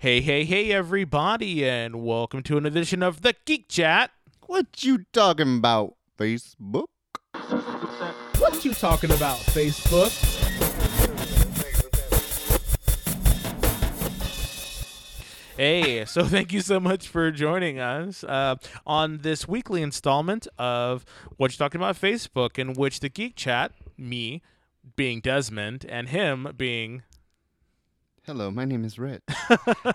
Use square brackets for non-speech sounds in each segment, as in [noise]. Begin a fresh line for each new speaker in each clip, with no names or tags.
Hey, hey, hey, everybody, and welcome to an edition of the Geek Chat.
What you talking about? Facebook?
What you talking about, Facebook?
Hey, so [laughs] thank you so much for joining us uh, on this weekly installment of What You Talking About Facebook, in which the Geek Chat, me being Desmond, and him being.
Hello, my name
[laughs]
is Rich.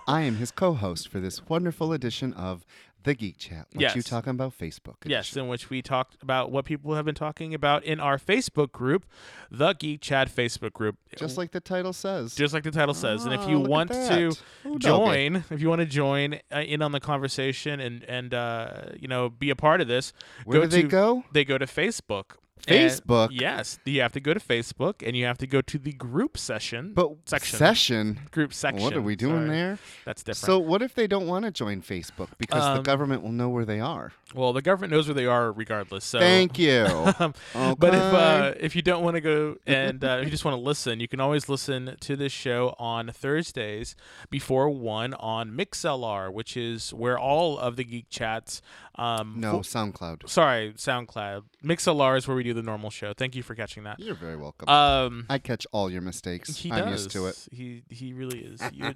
I am his co-host for this wonderful edition of The Geek Chat. What you
Yes.
talking about Facebook?
Yes,
edition.
in which we talked about what people have been talking about in our Facebook group, the Geek Chat Facebook group.
Just like the title says.
just like the title says. and if
Ah,
you
look at
want to
that. Ooh, doggy.
join, if you want to join uh, in on the conversation and and uh, you know be a part of this,
Where
go
do they
to-
go?
They go to Facebook. And-
Facebook?
yes, you have to go to Facebook and you have to go to the group session.
but
section
session.
group section.
What are we doing
Sorry.
there?
That's different.
So what if they don't want to join Facebook because the
Um,
government will know where they are?
well, the government knows where they are regardless. So [laughs] um,
Thank you. okay.
But if uh, if you don't want to
[laughs]
go and uh, if you just want to listen, you can always listen to this show on Thursdays before one on MixLR, which is where all of the geek chats. Um, fo-
no, SoundCloud.
sorry, SoundCloud. MixLR is where we do the normal show. Thank you for catching that.
You're very welcome.
Um,
I catch all your mistakes.
he
I'm
does.
used to it.
He he really is. You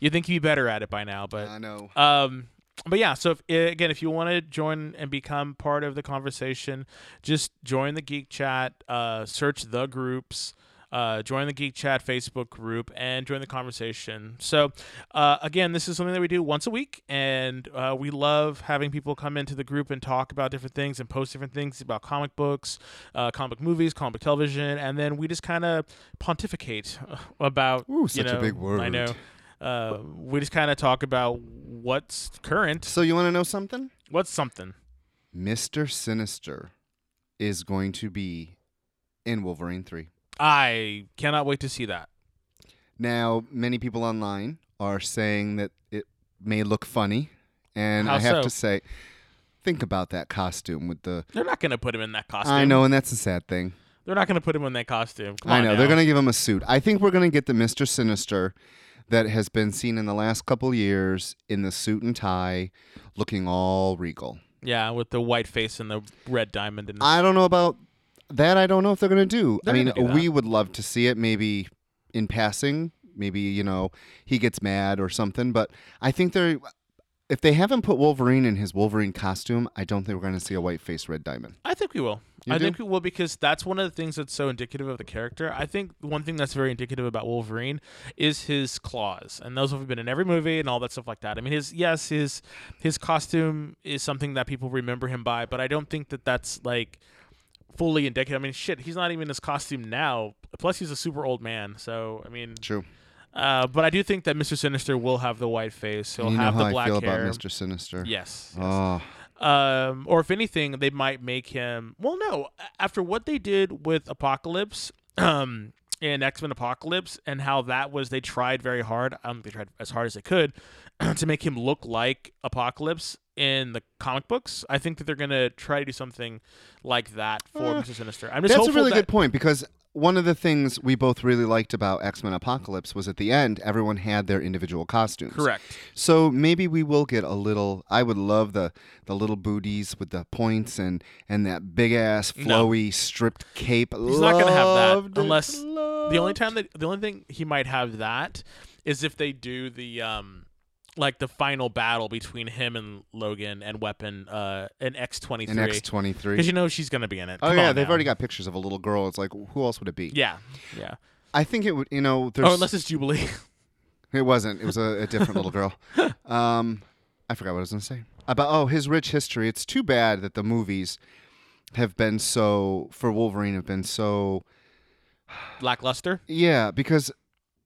you think he'd be better at it by now, but
I know.
um, but yeah, so if, again, if you want to join and become part of the conversation, just join the Geek Chat, uh, search the groups, uh, join the Geek Chat Facebook group, and join the conversation. So uh, again, this is something that we do once a week, and uh, we love having people come into the group and talk about different things and post different things about comic books, uh, comic book movies, comic book television, and then we just kind of pontificate [laughs] about
Ooh,
you
such a
know,
big word.
I know uh, we just kind of talk about what's current,
So you want to know something?
what's something.
Mr. Sinister is going to be in Wolverine 3.
I cannot wait to see that.
Now, many people online are saying that it may look funny, and
How
I have
so?
to say think about that costume with the
They're not going to put him in that costume.
I know, and that's a sad thing.
They're not going to put him in that costume. Come
I
on
know.
now.
They're going to give him a suit. I think we're going to get the Mr. Sinister that has been seen in the last couple years in the suit and tie, looking all regal.
Yeah, with the white face and the red diamond. And
I don't know about that. I don't know if they're going to do.
They're
I mean,
gonna do that.
we would love to see it maybe in passing. Maybe, you know, he gets mad or something. But I think they're. If they haven't put Wolverine in his Wolverine costume, I don't think we're going to see a white face red diamond.
I think we will.
You
I
do?
think we will because that's one of the things that's so indicative of the character. I think one thing that's very indicative about Wolverine is his claws, and those have been in every movie and all that stuff like that. I mean, his yes, his his costume is something that people remember him by, but I don't think that that's like fully indicative. I mean, shit, he's not even in his costume now. Plus, he's a super old man, so I mean,
True.
uh, but I do think that Mister Sinister will have the white face. He'll
you
have
know
the
how
black
I feel
hair.
about Mr. Sinister.
Yes. yes.
Oh,
Um, or if anything, they might make him. Well, no. a- After what they did with Apocalypse, [clears throat] um, in X Men Apocalypse, and how that was, they tried very hard. I don't think they tried as hard as they could [clears throat] to make him look like Apocalypse in the comic books. I think that they're gonna try to do something like that for
Uh,
Mister Sinister. I'm just
that's a
hopeful
really
that,
good point because one of the things we both really liked about X Men Apocalypse was at the end, everyone had their individual costumes.
Correct.
So maybe we will get a little. I would love the the little booties with the points and and that big ass
No.
flowy stripped cape.
He's not gonna have that
Loved it.
unless- The only
Loved-
time that the only thing he might have that is if they do the um like the final battle between him and Logan and Weapon uh and X twenty
an X
three
twenty
because
three.
you know she's gonna be in it.
Oh
Come
yeah,
on
they've
now.
already got pictures of a little girl. It's like who else would it be?
yeah yeah.
I think it would. You know, there's.
Oh, unless it's Jubilee. [laughs]
It wasn't. It was a, a different little girl. Um, I forgot what I was going to say about. Oh, his rich history. It's too bad that the movies have been so for Wolverine have been so
Lackluster.
Yeah, because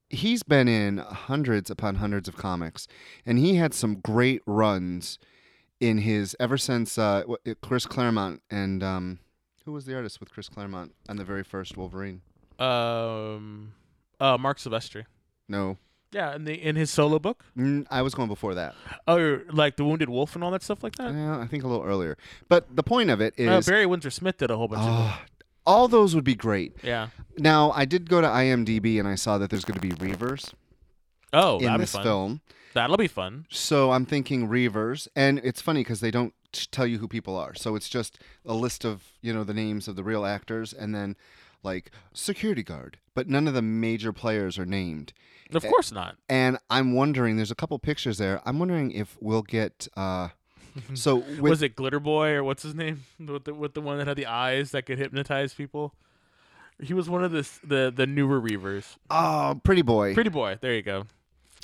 he's been in hundreds upon hundreds of comics, and he had some great runs in his ever since uh, wh- uh, Chris Claremont and um, who was the artist with Chris Claremont on the very first Wolverine?
Um. Uh, Mark Silvestri.
No,
Yeah, in the in his solo book.
mm, I was going before that.
Oh, like the Wounded Wolf and all that stuff like that.
Yeah, I think a little earlier. But the point of it is,
Uh, Barry Windsor Smith did a whole bunch of.
Ah, all those would be great.
Yeah.
Now I did go to IMDb and I saw that there's going to be Reavers
Oh,
in
that'd be
this
fun.
film.
That'll be fun.
So I'm thinking Reavers, and it's funny because they don't t- tell you who people are. So it's just a list of you know the names of the real actors, and then like security guard, but none of the major players are named.
Of course not.
And I'm wondering, there's a couple pictures there. I'm wondering if we'll get. Uh, so with,
was it Glitter Boy or what's his name [laughs] with the, with the one that had the eyes that could hypnotize people? He was one of the s- the the newer Reavers.
oh, pretty boy.
Pretty boy. There you go.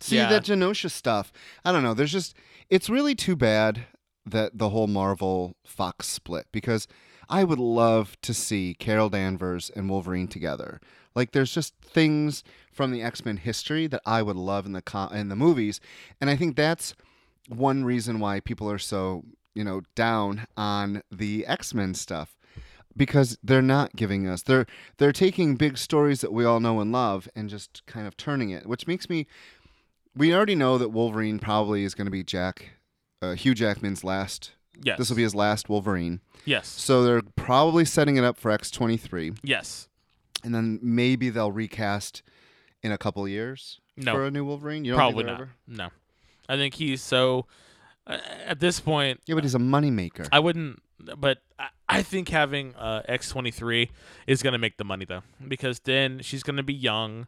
See
yeah.
that Genosha stuff. I don't know. There's just it's really too bad that the whole Marvel Fox split because I would love to see Carol Danvers and Wolverine together. Like there's just things from the X-Men history that I would love in the co in the movies, and I think that's one reason why people are so, you know, down on the X-Men stuff because they're not giving us they're they're taking big stories that we all know and love and just kind of turning it, which makes me we already know that Wolverine probably is going to be Jack, uh, Hugh Jackman's last.
Yes.
This will be his last Wolverine.
yes.
So they're probably setting it up for X twenty three,
Yes.
and then maybe they'll recast in a couple years
No.
for a new Wolverine. You don't
Probably
think they're
not.
ever-
No. I think he's so. Uh, at this point,
Yeah, but he's a moneymaker.
I wouldn't. But I, I think having uh, X twenty three is gonna make the money though, because then she's gonna be young,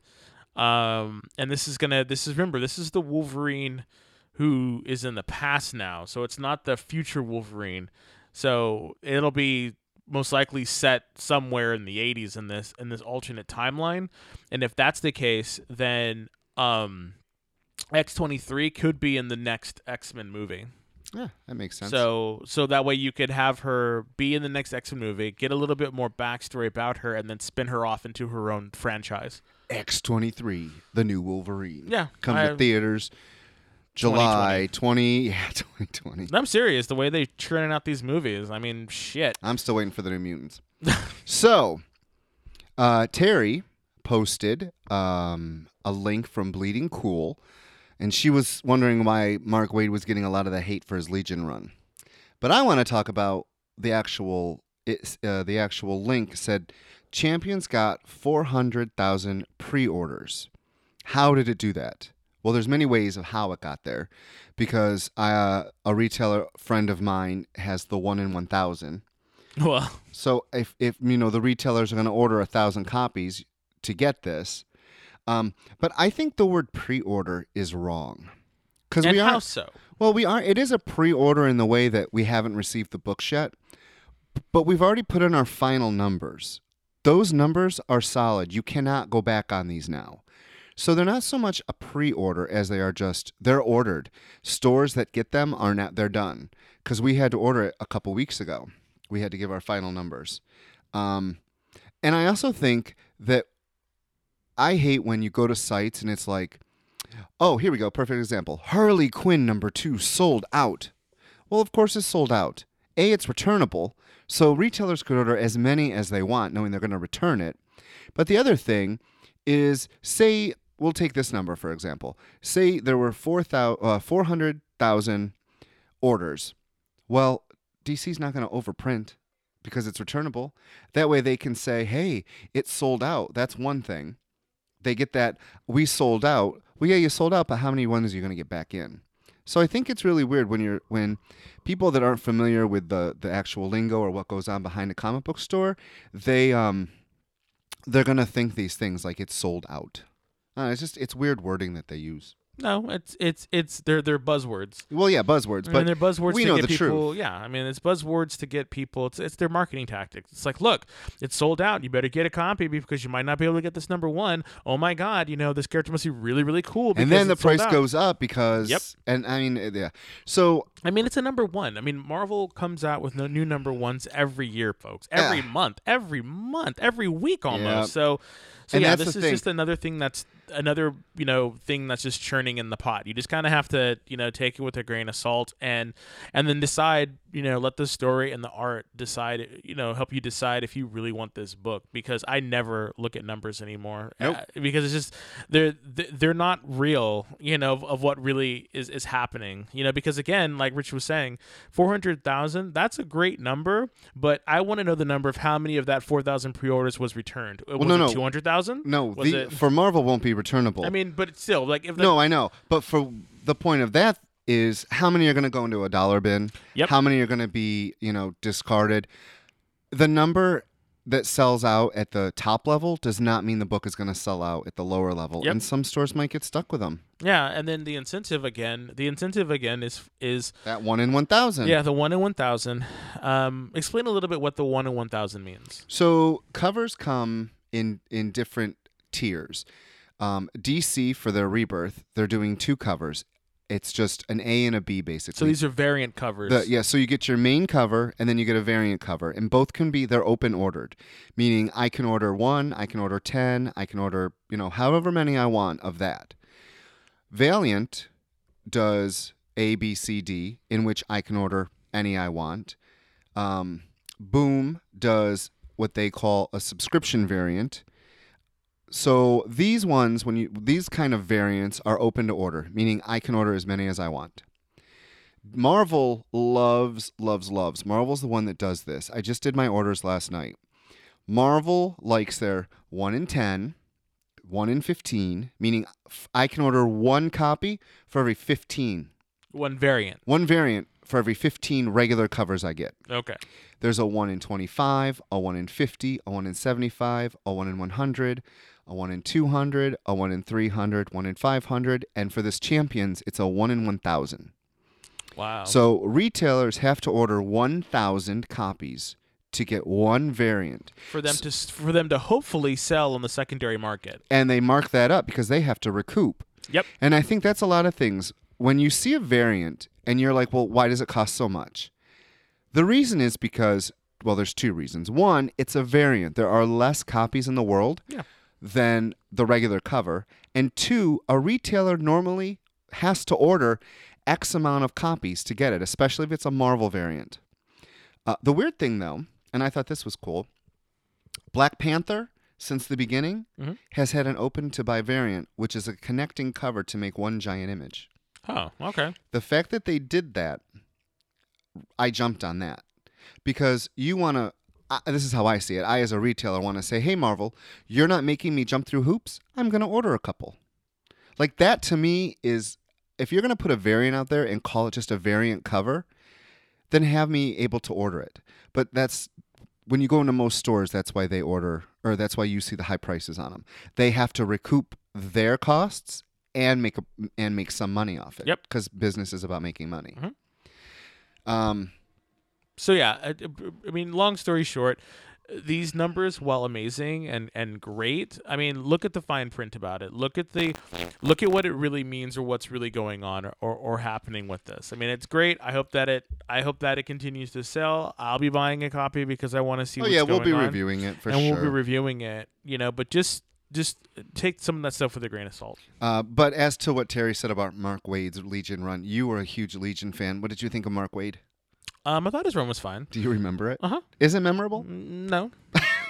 um, and this is gonna. This is remember, this is the Wolverine who is in the past now, so it's not the future Wolverine. So it'll be most likely set somewhere in the eighties in this in this alternate timeline, and if that's the case, then um, X twenty three could be in the next X Men movie.
yeah, that makes sense.
So so that way you could have her be in the next X Men movie, get a little bit more backstory about her, and then spin her off into her own franchise.
X twenty three, the new Wolverine.
Yeah,
come
I-
to theaters, July twenty. [laughs] Yeah, twenty twenty.
And I'm serious. The way they churning out these movies, I mean, shit.
I'm still waiting for the New Mutants. so, uh, Terry posted um, a link from Bleeding Cool, and she was wondering why Mark Wade was getting a lot of the hate for his Legion run. But I want to talk about the actual it's, uh, the actual link said Champions got 400,000 pre-orders. How did it do that? Well, there's many ways of how it got there, because uh, a retailer friend of mine has the one in 1,000,
Well,
so if, if you know the retailers are going to order a thousand copies to get this, um, but I think the word pre-order is wrong because
and
we
how
are
so?
well we are it is a pre-order in the way that we haven't received the books yet, but we've already put in our final numbers. Those numbers are solid. You cannot go back on these now. So they're not so much a pre-order as they are just they're ordered. Stores that get them are not they're done because we had to order it a couple weeks ago. We had to give our final numbers, um, and I also think that I hate when you go to sites and it's like, oh, here we go, perfect example. Harley Quinn number two sold out. Well, of course it's sold out. A, it's returnable, so retailers could order as many as they want, knowing they're going to return it. But the other thing is, say, we'll take this number for example. Say there were 4,000 uh, 400,000 orders. Well, DC's not going to overprint because it's returnable. That way they can say, hey, it sold out. That's one thing. They get that, we sold out. Well, yeah, you sold out, but how many ones are you going to get back in? So I think it's really weird when you're when people that aren't familiar with the the actual lingo or what goes on behind a comic book store, they um they're gonna think these things like it's sold out. Uh, it's just it's weird wording that they use.
No, it's it's it's they're they're buzzwords.
Well, yeah, buzzwords,
I
but
mean, they're buzzwords
we
to
know
get
the
people. Yeah, I mean, it's buzzwords to get people. It's it's their marketing tactic. It's like, look, it's sold out. You better get a copy because you might not be able to get this number one. Oh my God, you know this character must be really really cool.
and
because
then the
it's sold
price
out.
goes up because
Yep.
and I mean uh, yeah. So
I mean, it's a number one. I mean, Marvel comes out with no new number ones every year, folks. Every
Yeah.
month, every month, every week almost.
Yeah.
So, so
And
yeah,
that's
this
the
is
thing.
just another thing that's another you know thing that's just churning in the pot. You just kind of have to you know take it with a grain of salt and and then decide you know let the story and the art decide you know help you decide if you really want this book because I never look at numbers anymore
Nope.
Uh, because it's just they're th- they're not real you know of, of what really is is happening you know because again like Rich was saying 400,000 that's a great number but I want to know the number of how many of that 4,000 pre-orders was returned Uh, was
no,
it
no.
200,000
no,
was
the,
it
for Marvel won't be returnable.
I mean, but it's still like if the,
no, I know, but for the point of that is how many are going to go into a dollar bin?
Yep.
How many are going to be, you know, discarded? The number that sells out at the top level does not mean the book is going to sell out at the lower level.
Yep.
And some stores might get stuck with them.
Yeah, and then the incentive again. The incentive again is is
That one in 1,000.
yeah the one in one thousand. Um, explain a little bit what the one in one thousand means.
So covers come in in different tiers. Um, DC for their rebirth, they're doing two covers. It's just an A and a B basically.
So these are variant covers.
Mm. The, yeah, so you get your main cover and then you get a variant cover, and both can be they're open ordered, meaning I can order one, I can order ten, I can order you know however many I want of that. Valiant does A B C D, in which I can order any I want. Um, Boom does what they call a subscription variant. So these ones, when you these kind of variants are open to order, meaning I can order as many as I want. Marvel loves, loves, loves. Marvel's the one that does this. I just did my orders last night. Marvel likes their 1 in 10, 1 in 15, meaning f- I can order one copy for every 15,
One variant.
one variant for every 15 regular covers I get.
Okay.
There's a 1 in 25, a 1 in 50, a 1 in 75, a 1 in 100, a 1 in 200, a 1 in 300, 1 in 500, and for this Champions, it's a 1 in 1000.
Wow.
So retailers have to order 1,000 copies to get one variant,
for them to s- for them to hopefully sell on the secondary market.
and they mark that up because they have to recoup.
Yep.
And I think that's a lot of things. When you see a variant and you're like, well, why does it cost so much? The reason is because, well, there's two reasons. One, it's a variant, there are less copies in the world
Yeah.
than the regular cover. And two, a retailer normally has to order X amount of copies to get it, especially if it's a Marvel variant. Uh, the weird thing, though, and I thought this was cool Black Panther, since the beginning, has had an open to buy variant, which is a connecting cover to make one giant image.
Oh, okay.
The fact that they did that, I jumped on that because you want to. This is how I see it. I, as a retailer, want to say, hey, Marvel, you're not making me jump through hoops. I'm going to order a couple. Like that to me is if you're going to put a variant out there and call it just a variant cover, then have me able to order it. But that's when you go into most stores, that's why they order, or that's why you see the high prices on them. They have to recoup their costs and make a, and make some money off it.
Yep. Mm-hmm.
Because business is about making money. Um,
So yeah, I, I mean, long story short, these numbers, while amazing and and great, I mean, look at the fine print about it. Look at the, look at what it really means or what's really going on or, or, or happening with this. I mean, it's great. I hope that it, I hope that it continues to sell. I'll be buying a copy because I want to see.
oh
what's
yeah, we'll
going
be
on,
reviewing it for
and
sure.
we'll be reviewing it. You know, but just just take some of that stuff with a grain of salt.
uh, but as to what Terry said about Mark Wade's Legion run, you were a huge Legion fan. What did you think of Mark Wade?
Um, I thought his run was fine.
Do you remember it?
Uh-huh.
Is it memorable?
No.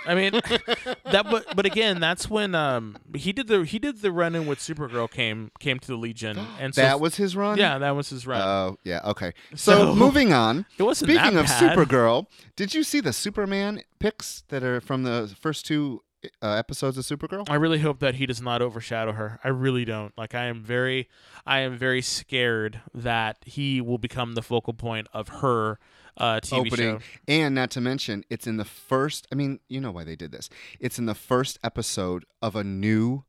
I mean that but but again that's when um he did the he did the run in with Supergirl came came to the Legion
[gasps]
and so
that was his run.
yeah that was his run.
Oh yeah. Okay. So,
So-
moving on.
It wasn't
Speaking
that
of
bad.
Supergirl, did you see the Superman pics that are from the first two uh, episodes of Supergirl?
I really hope that he does not overshadow her. I really don't. Like I am very I am very scared that he will become the focal point of her uh TV
Opening,
show.
and not to mention, it's in the first. I mean, you know why they did this. It's in the first episode of a new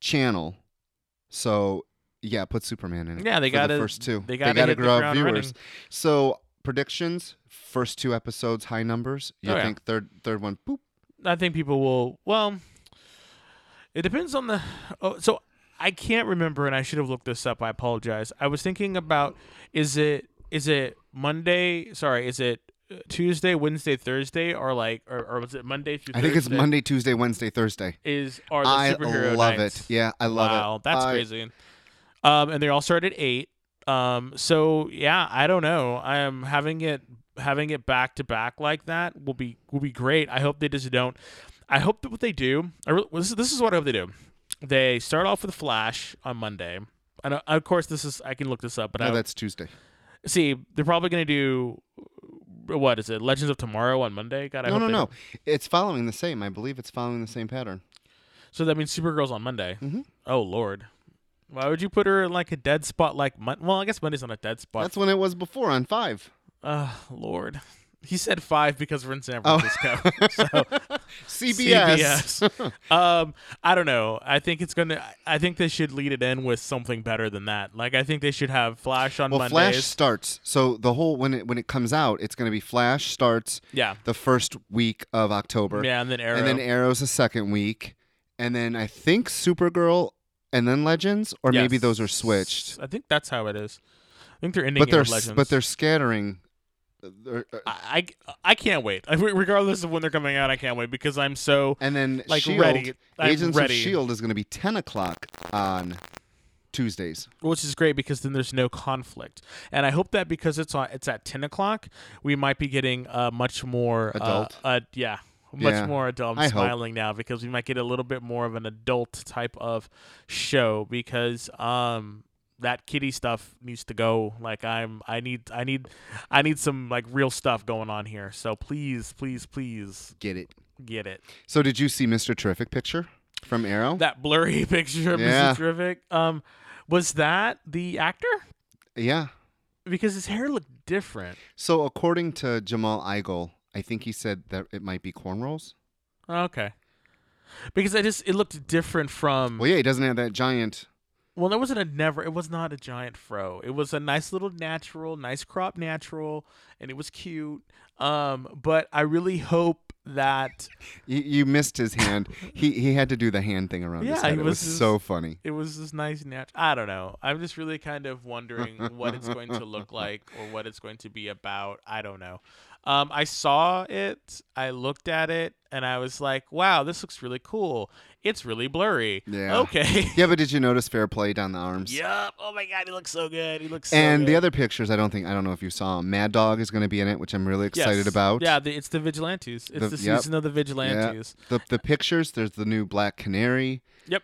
channel. So yeah, put Superman in it.
Yeah, they
for the
gotta-
first two.
they gotta
gotta
hit the
grow
ground
viewers.
running.
So predictions: first two episodes, high numbers. You
Oh, yeah.
think third, third one, boop.
I think people will. Well, it depends on the. Oh, so I can't remember, and I should have looked this up. I apologize. I was thinking about is it is it Monday? Sorry, is it uh, Tuesday, Wednesday, Thursday, or like or, or was it Monday through?
I think it's
Thursday?
Monday, Tuesday, Wednesday, Thursday.
Is are the
I
superhero
love
nights.
it. Yeah, I love it.
wow, that's
I-
crazy. Um, and they all start at eight. Um, so yeah, I don't know. I am having it having it back to back like that will be will be great. I hope they just don't. I hope that what they do. I really, well, this, this is what I hope they do. They start off with Flash on Monday. And uh, of course, this is I can look this up, but
No,
I
Oh, that's Tuesday.
see they're probably gonna do what is it Legends of Tomorrow on Monday? God, I
no,
hope
no,
they
no.
don't.
It's following the same. I believe it's following the same pattern. Mm-hmm.
So that means Supergirl's on Monday. Oh Lord, Why would you put her in like a dead spot like Mon- well, I guess Monday's not a dead spot.
That's when it was before on five.
uh Lord. He said five because we're in San
Oh.
Francisco.
[laughs]
so
CBS.
CBS. um, I don't know. I think it's gonna. I think they should lead it in with something better than that. Like I think they should have Flash on
Well, Flash
Mondays.
starts. So the whole when it when it comes out, it's going to be Flash starts
yeah,
the first week of October.
yeah, and then Arrow.
And then Arrow's the second week, and then I think Supergirl, and then Legends, or maybe
Yes.
those are switched.
I think that's how it is. I think they're ending
But
it
they're
with
s-
Legends.
but they're scattering. uh, they're- uh,
I, I I can't wait. [laughs] I- Regardless of when they're coming out, I can't wait because I'm so
And then
like
Shield,
ready. I'm
E Agents
ready,
of Shield E is going to be ten o'clock on Tuesdays.
which is great because then there's no conflict. And I hope that because it's on, it's at ten o'clock, we might be getting uh, much more uh,
Adult.
Uh, yeah. Much
Yeah.
more adult. I'm
I hope.
smiling now because we might get a little bit more of an adult type of show because um that kitty stuff needs to go. Like I'm I need I need I need some like real stuff going on here. So please, please, please
Get it?
get it.
So did you see Mister Terrific picture from Arrow?
that blurry [laughs] picture of
Yeah.
Mrs. Terrific. Um, was that the actor?
yeah.
Because his hair looked different.
So according to Jamal Igle, I think he said that it might be cornrows.
Okay. Because I just it looked different from
Well, yeah, he doesn't have that giant.
well that wasn't a never it was not a giant fro. It was a nice little natural, nice crop natural, and it was cute. Um, but I really hope that
You, you missed his hand. he he had to do the hand thing around his
Yeah, he
head. it
was
was
just-
so funny.
it was this nice natural. I don't know. I'm just really kind of wondering what it's going to look like or what it's going to be about. I don't know. Um, I saw it, I looked at it, and I was like, "Wow, this looks really cool. It's really blurry."
Yeah.
Okay.
Yeah, but did you notice fair play down the arms?
yup. Oh my god, he looks so good. He looks. So
And the
good.
other pictures, I don't think I don't know if you saw. 'em. Mad Dog is going to be in it, which I'm really excited
Yes.
about.
Yeah, the, it's the vigilantes. It's the,
The- yep.
season of the vigilantes.
The the pictures. There's the new Black Canary.
Yep.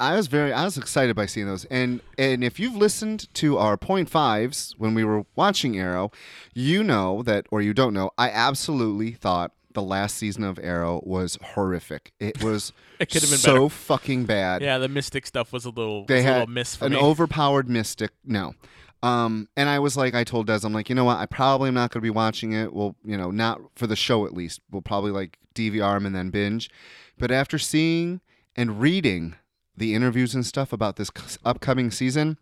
I was very I was excited by seeing those. And and if you've listened to our point fives when we were watching Arrow, you know that or you don't know, I absolutely thought the last season of Arrow was horrific. It was
[laughs] It could have been
so fucking bad.
Yeah, the mystic stuff was a little.
They
was a
had
little miss for
an
me.
overpowered mystic. No. Um, and I was like, I told Des, I'm like, you know what? I probably am not going to be watching it. Well, you know, not for the show at least. We'll probably like DVR 'em and then binge. But after seeing and reading the interviews and stuff about this c- upcoming season,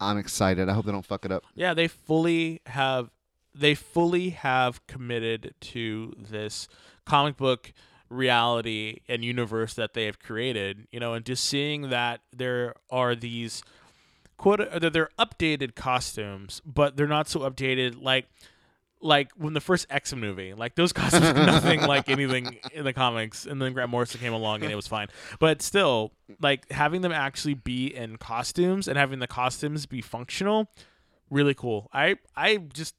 I'm excited. I hope they don't fuck it up.
Yeah, they fully have they fully have committed to this comic book reality and universe that they have created, you know, and just seeing that there are these quote uh, that they're updated costumes, but they're not so updated like like when the first X movie, like those [laughs] costumes look nothing like anything in the comics, and then Grant Morrison came along and it was fine. But still, like having them actually be in costumes and having the costumes be functional, really cool. I I just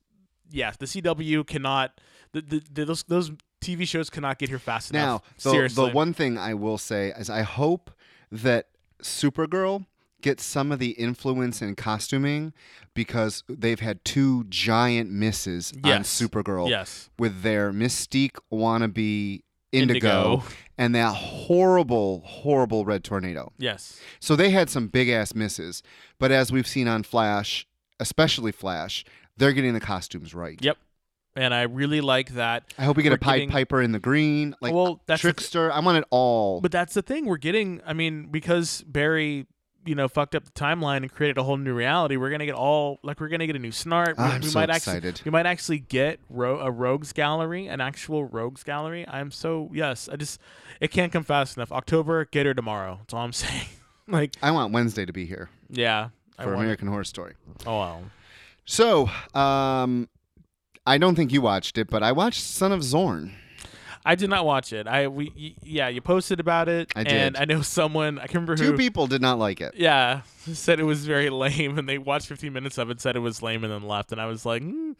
yeah, the CW cannot the, the, the those those TV shows cannot get here fast
Now,
enough.
the,
Seriously,
the one thing I will say is I hope that Supergirl gets some of the influence in costuming because they've had two giant misses
Yes.
on Supergirl
yes,
with their Mystique wannabe Indigo,
Indigo.
and that horrible, horrible Red Tornado.
yes,
So they had some big ass misses, but as we've seen on Flash, especially Flash, they're getting the costumes right.
yep. And I really like that.
I hope we get
We're
a Pied
getting-
Piper in the green, like
well, that's the th-
Trickster. I want it all.
But that's the thing we're getting. I mean, because Barry, you know, fucked up the timeline and created a whole new reality. We're gonna get all like we're gonna get a new snart.
I'm
we
so
might
excited.
Actually, we might actually get ro- a rogues gallery, an actual rogues gallery. I'm so yes. I just it can't come fast enough. October, get her tomorrow. That's all I'm [laughs] saying. like
I want Wednesday to be here
yeah, I
for
want it.
American Horror Story.
Oh wow.
So, um, I don't think you watched it, but I watched Son of Zorn.
I did not watch it. I we y- yeah you posted about it.
I
And
did.
I know [laughs] someone I can't remember who.
Two people did not like it.
Yeah, [laughs] said it was very lame, and they watched 15 minutes of it, said it was lame, and then left. And I was like, mm.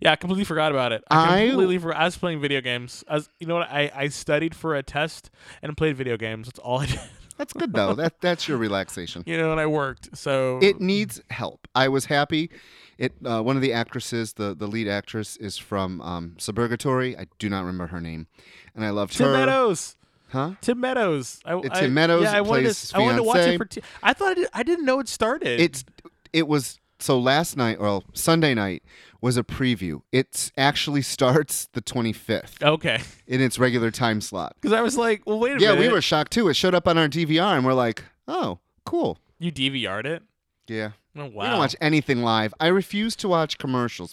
yeah, I completely forgot about it. I
I-
completely forgot. I was playing video games. I was, you know what? I, I studied for a test and played video games. That's all I [laughs] did.
That's good though. that that's
[laughs]
your relaxation.
You know, and I worked. So
it needs help. I was happy. It uh, one of the actresses, the the lead actress, is from um, Suburgatory. I do not remember her name, and I loved
Tim
her.
Meadows.
Huh?
Tim Meadows. I,
It's
I-
Tim Meadows
Yeah, I wanted, to,
plays
I wanted to watch
fiancé.
it for. T- I thought it, I didn't know it started.
It's it was so last night well Sunday night was a preview. It actually starts the 25th
okay [laughs]
in its regular time slot.
because I was like, well, wait a
Yeah,
minute.
we were shocked too. It showed up on our DVR and we're like, "Oh, cool."
You DVR'd it.
Yeah.
Oh, wow.
We don't watch anything live. I refuse to watch commercials,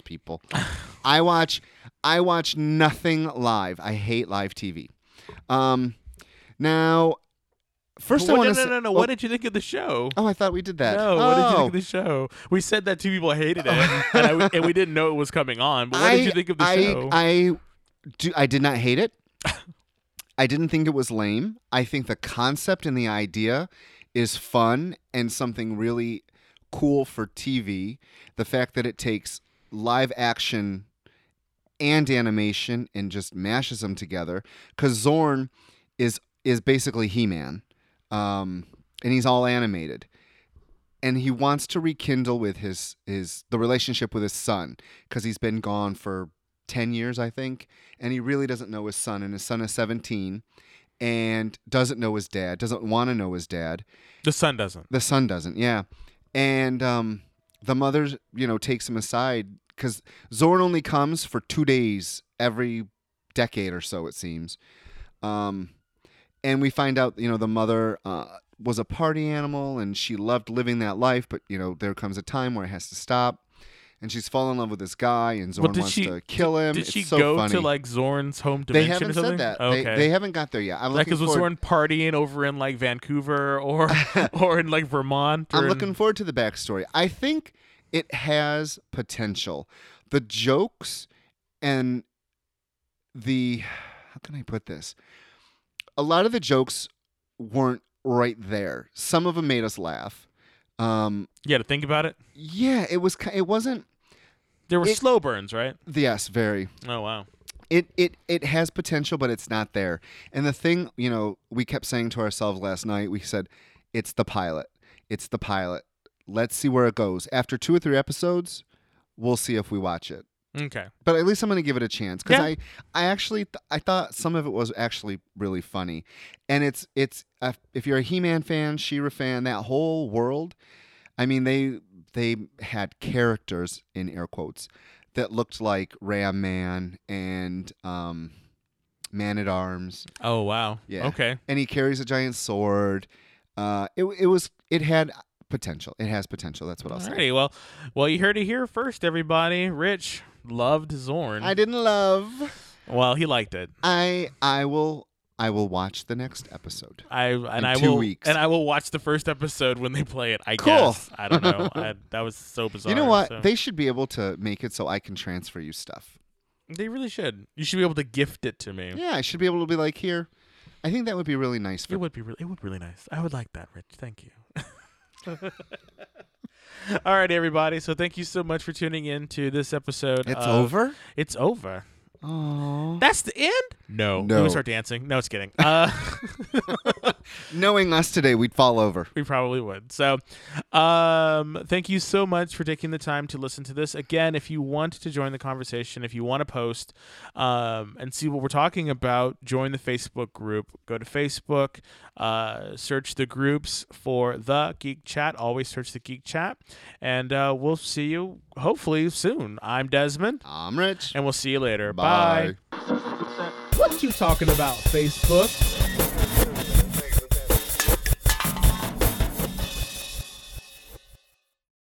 [laughs]
people. I watch I watch nothing live. I hate live TV. Um now first
But
I
what-
want to
no, no, no, no.
oh,
What did you think of the show?
oh, I thought we did that.
No, what did you
Oh.
think of the show? We said that two people
[laughs]
hated it, and, I, and we didn't know it was coming on. But what did you think of the
I,
show?
I do. I did not hate it. [laughs] I didn't think it was lame. I think the concept and the idea is fun and something really cool for TV. The fact that it takes live action and animation and just mashes them together because Zorn is is basically He Man, um, and he's all animated and he wants to rekindle with his his the relationship with his son because he's been gone for 10 years i think and he really doesn't know his son and his son is 17 and doesn't know his dad doesn't want to know his dad
the sun doesn't.
the son doesn't yeah and um the mother you know takes him aside because zorn only comes for two days every decade or so it seems um and we find out you know the mother uh, was a party animal and she loved living that life but you know there comes a time where it has to stop and she's fallen in love with this guy and zorn
Well, did
wants
she-
to kill him
Did
it's
she
so
go
funny
to like Zorn's home
they
dimension
haven't
or something?
said that
Okay.
they, they haven't got there yet i'm
like,
looking
because was Zorn
forward-
partying over in like Vancouver
[laughs]
or [laughs] or in like Vermont? Or
I'm
in-
looking forward to the backstory. I think it has potential. The jokes and the how can I put this? A lot of the jokes weren't right there. Some of them made us laugh. Um,
You got to think about it.
yeah, it was. ki- It wasn't.
There were
It-
slow burns, right?
Yes, very.
Oh wow.
it it it has potential but it's not there and the thing you know we kept saying to ourselves last night we said it's the pilot it's the pilot let's see where it goes after two or three episodes we'll see if we watch it
Okay.
but at least i'm going to give it a chance because
Yeah.
i i actually th- i thought some of it was actually really funny and it's it's uh, if you're a he-man fan she-ra fan that whole world i mean they they had characters in air quotes that looked like ram man and um man at arms
Oh wow.
Yeah.
Okay.
and he carries a giant sword uh it, it was it had potential it has potential that's what i'll say
Alrighty. Well, well, you heard it here first, everybody. Rich loved Zorn.
i didn't love
Well, he liked it.
I I will I will watch the next episode.
I and
In
I
two
will
weeks.
and I will watch the first episode when they play it. I
Cool.
guess I don't
[laughs]
know. I, that was so bizarre.
you know what?
so-
They should be able to make it so I can transfer you stuff.
They really should. You should be able to gift it to me.
Yeah, I should be able to be like here. I think that would be really nice
It
for.
would be really, it would really nice. I would like that, Rich. Thank you.
[laughs]
All right, everybody. So thank you so much for tuning in to this episode.
It's
of-
over.
It's over.
Oh.
That's the end. No, we
No.
would start dancing. No, it's
[laughs]
kidding. Uh,
Knowing us today, we'd fall over.
we probably would. So, um, thank you so much for taking the time to listen to this. Again, if you want to join the conversation, if you want to post um, and see what we're talking about, join the Facebook group. Go to Facebook, uh, search the groups for the Geek Chat. Always search the Geek Chat, and uh, we'll see you hopefully soon. I'm Desmond,
I'm rich.
and we'll see you later.
Bye.
Bye.
What you talking about, Facebook?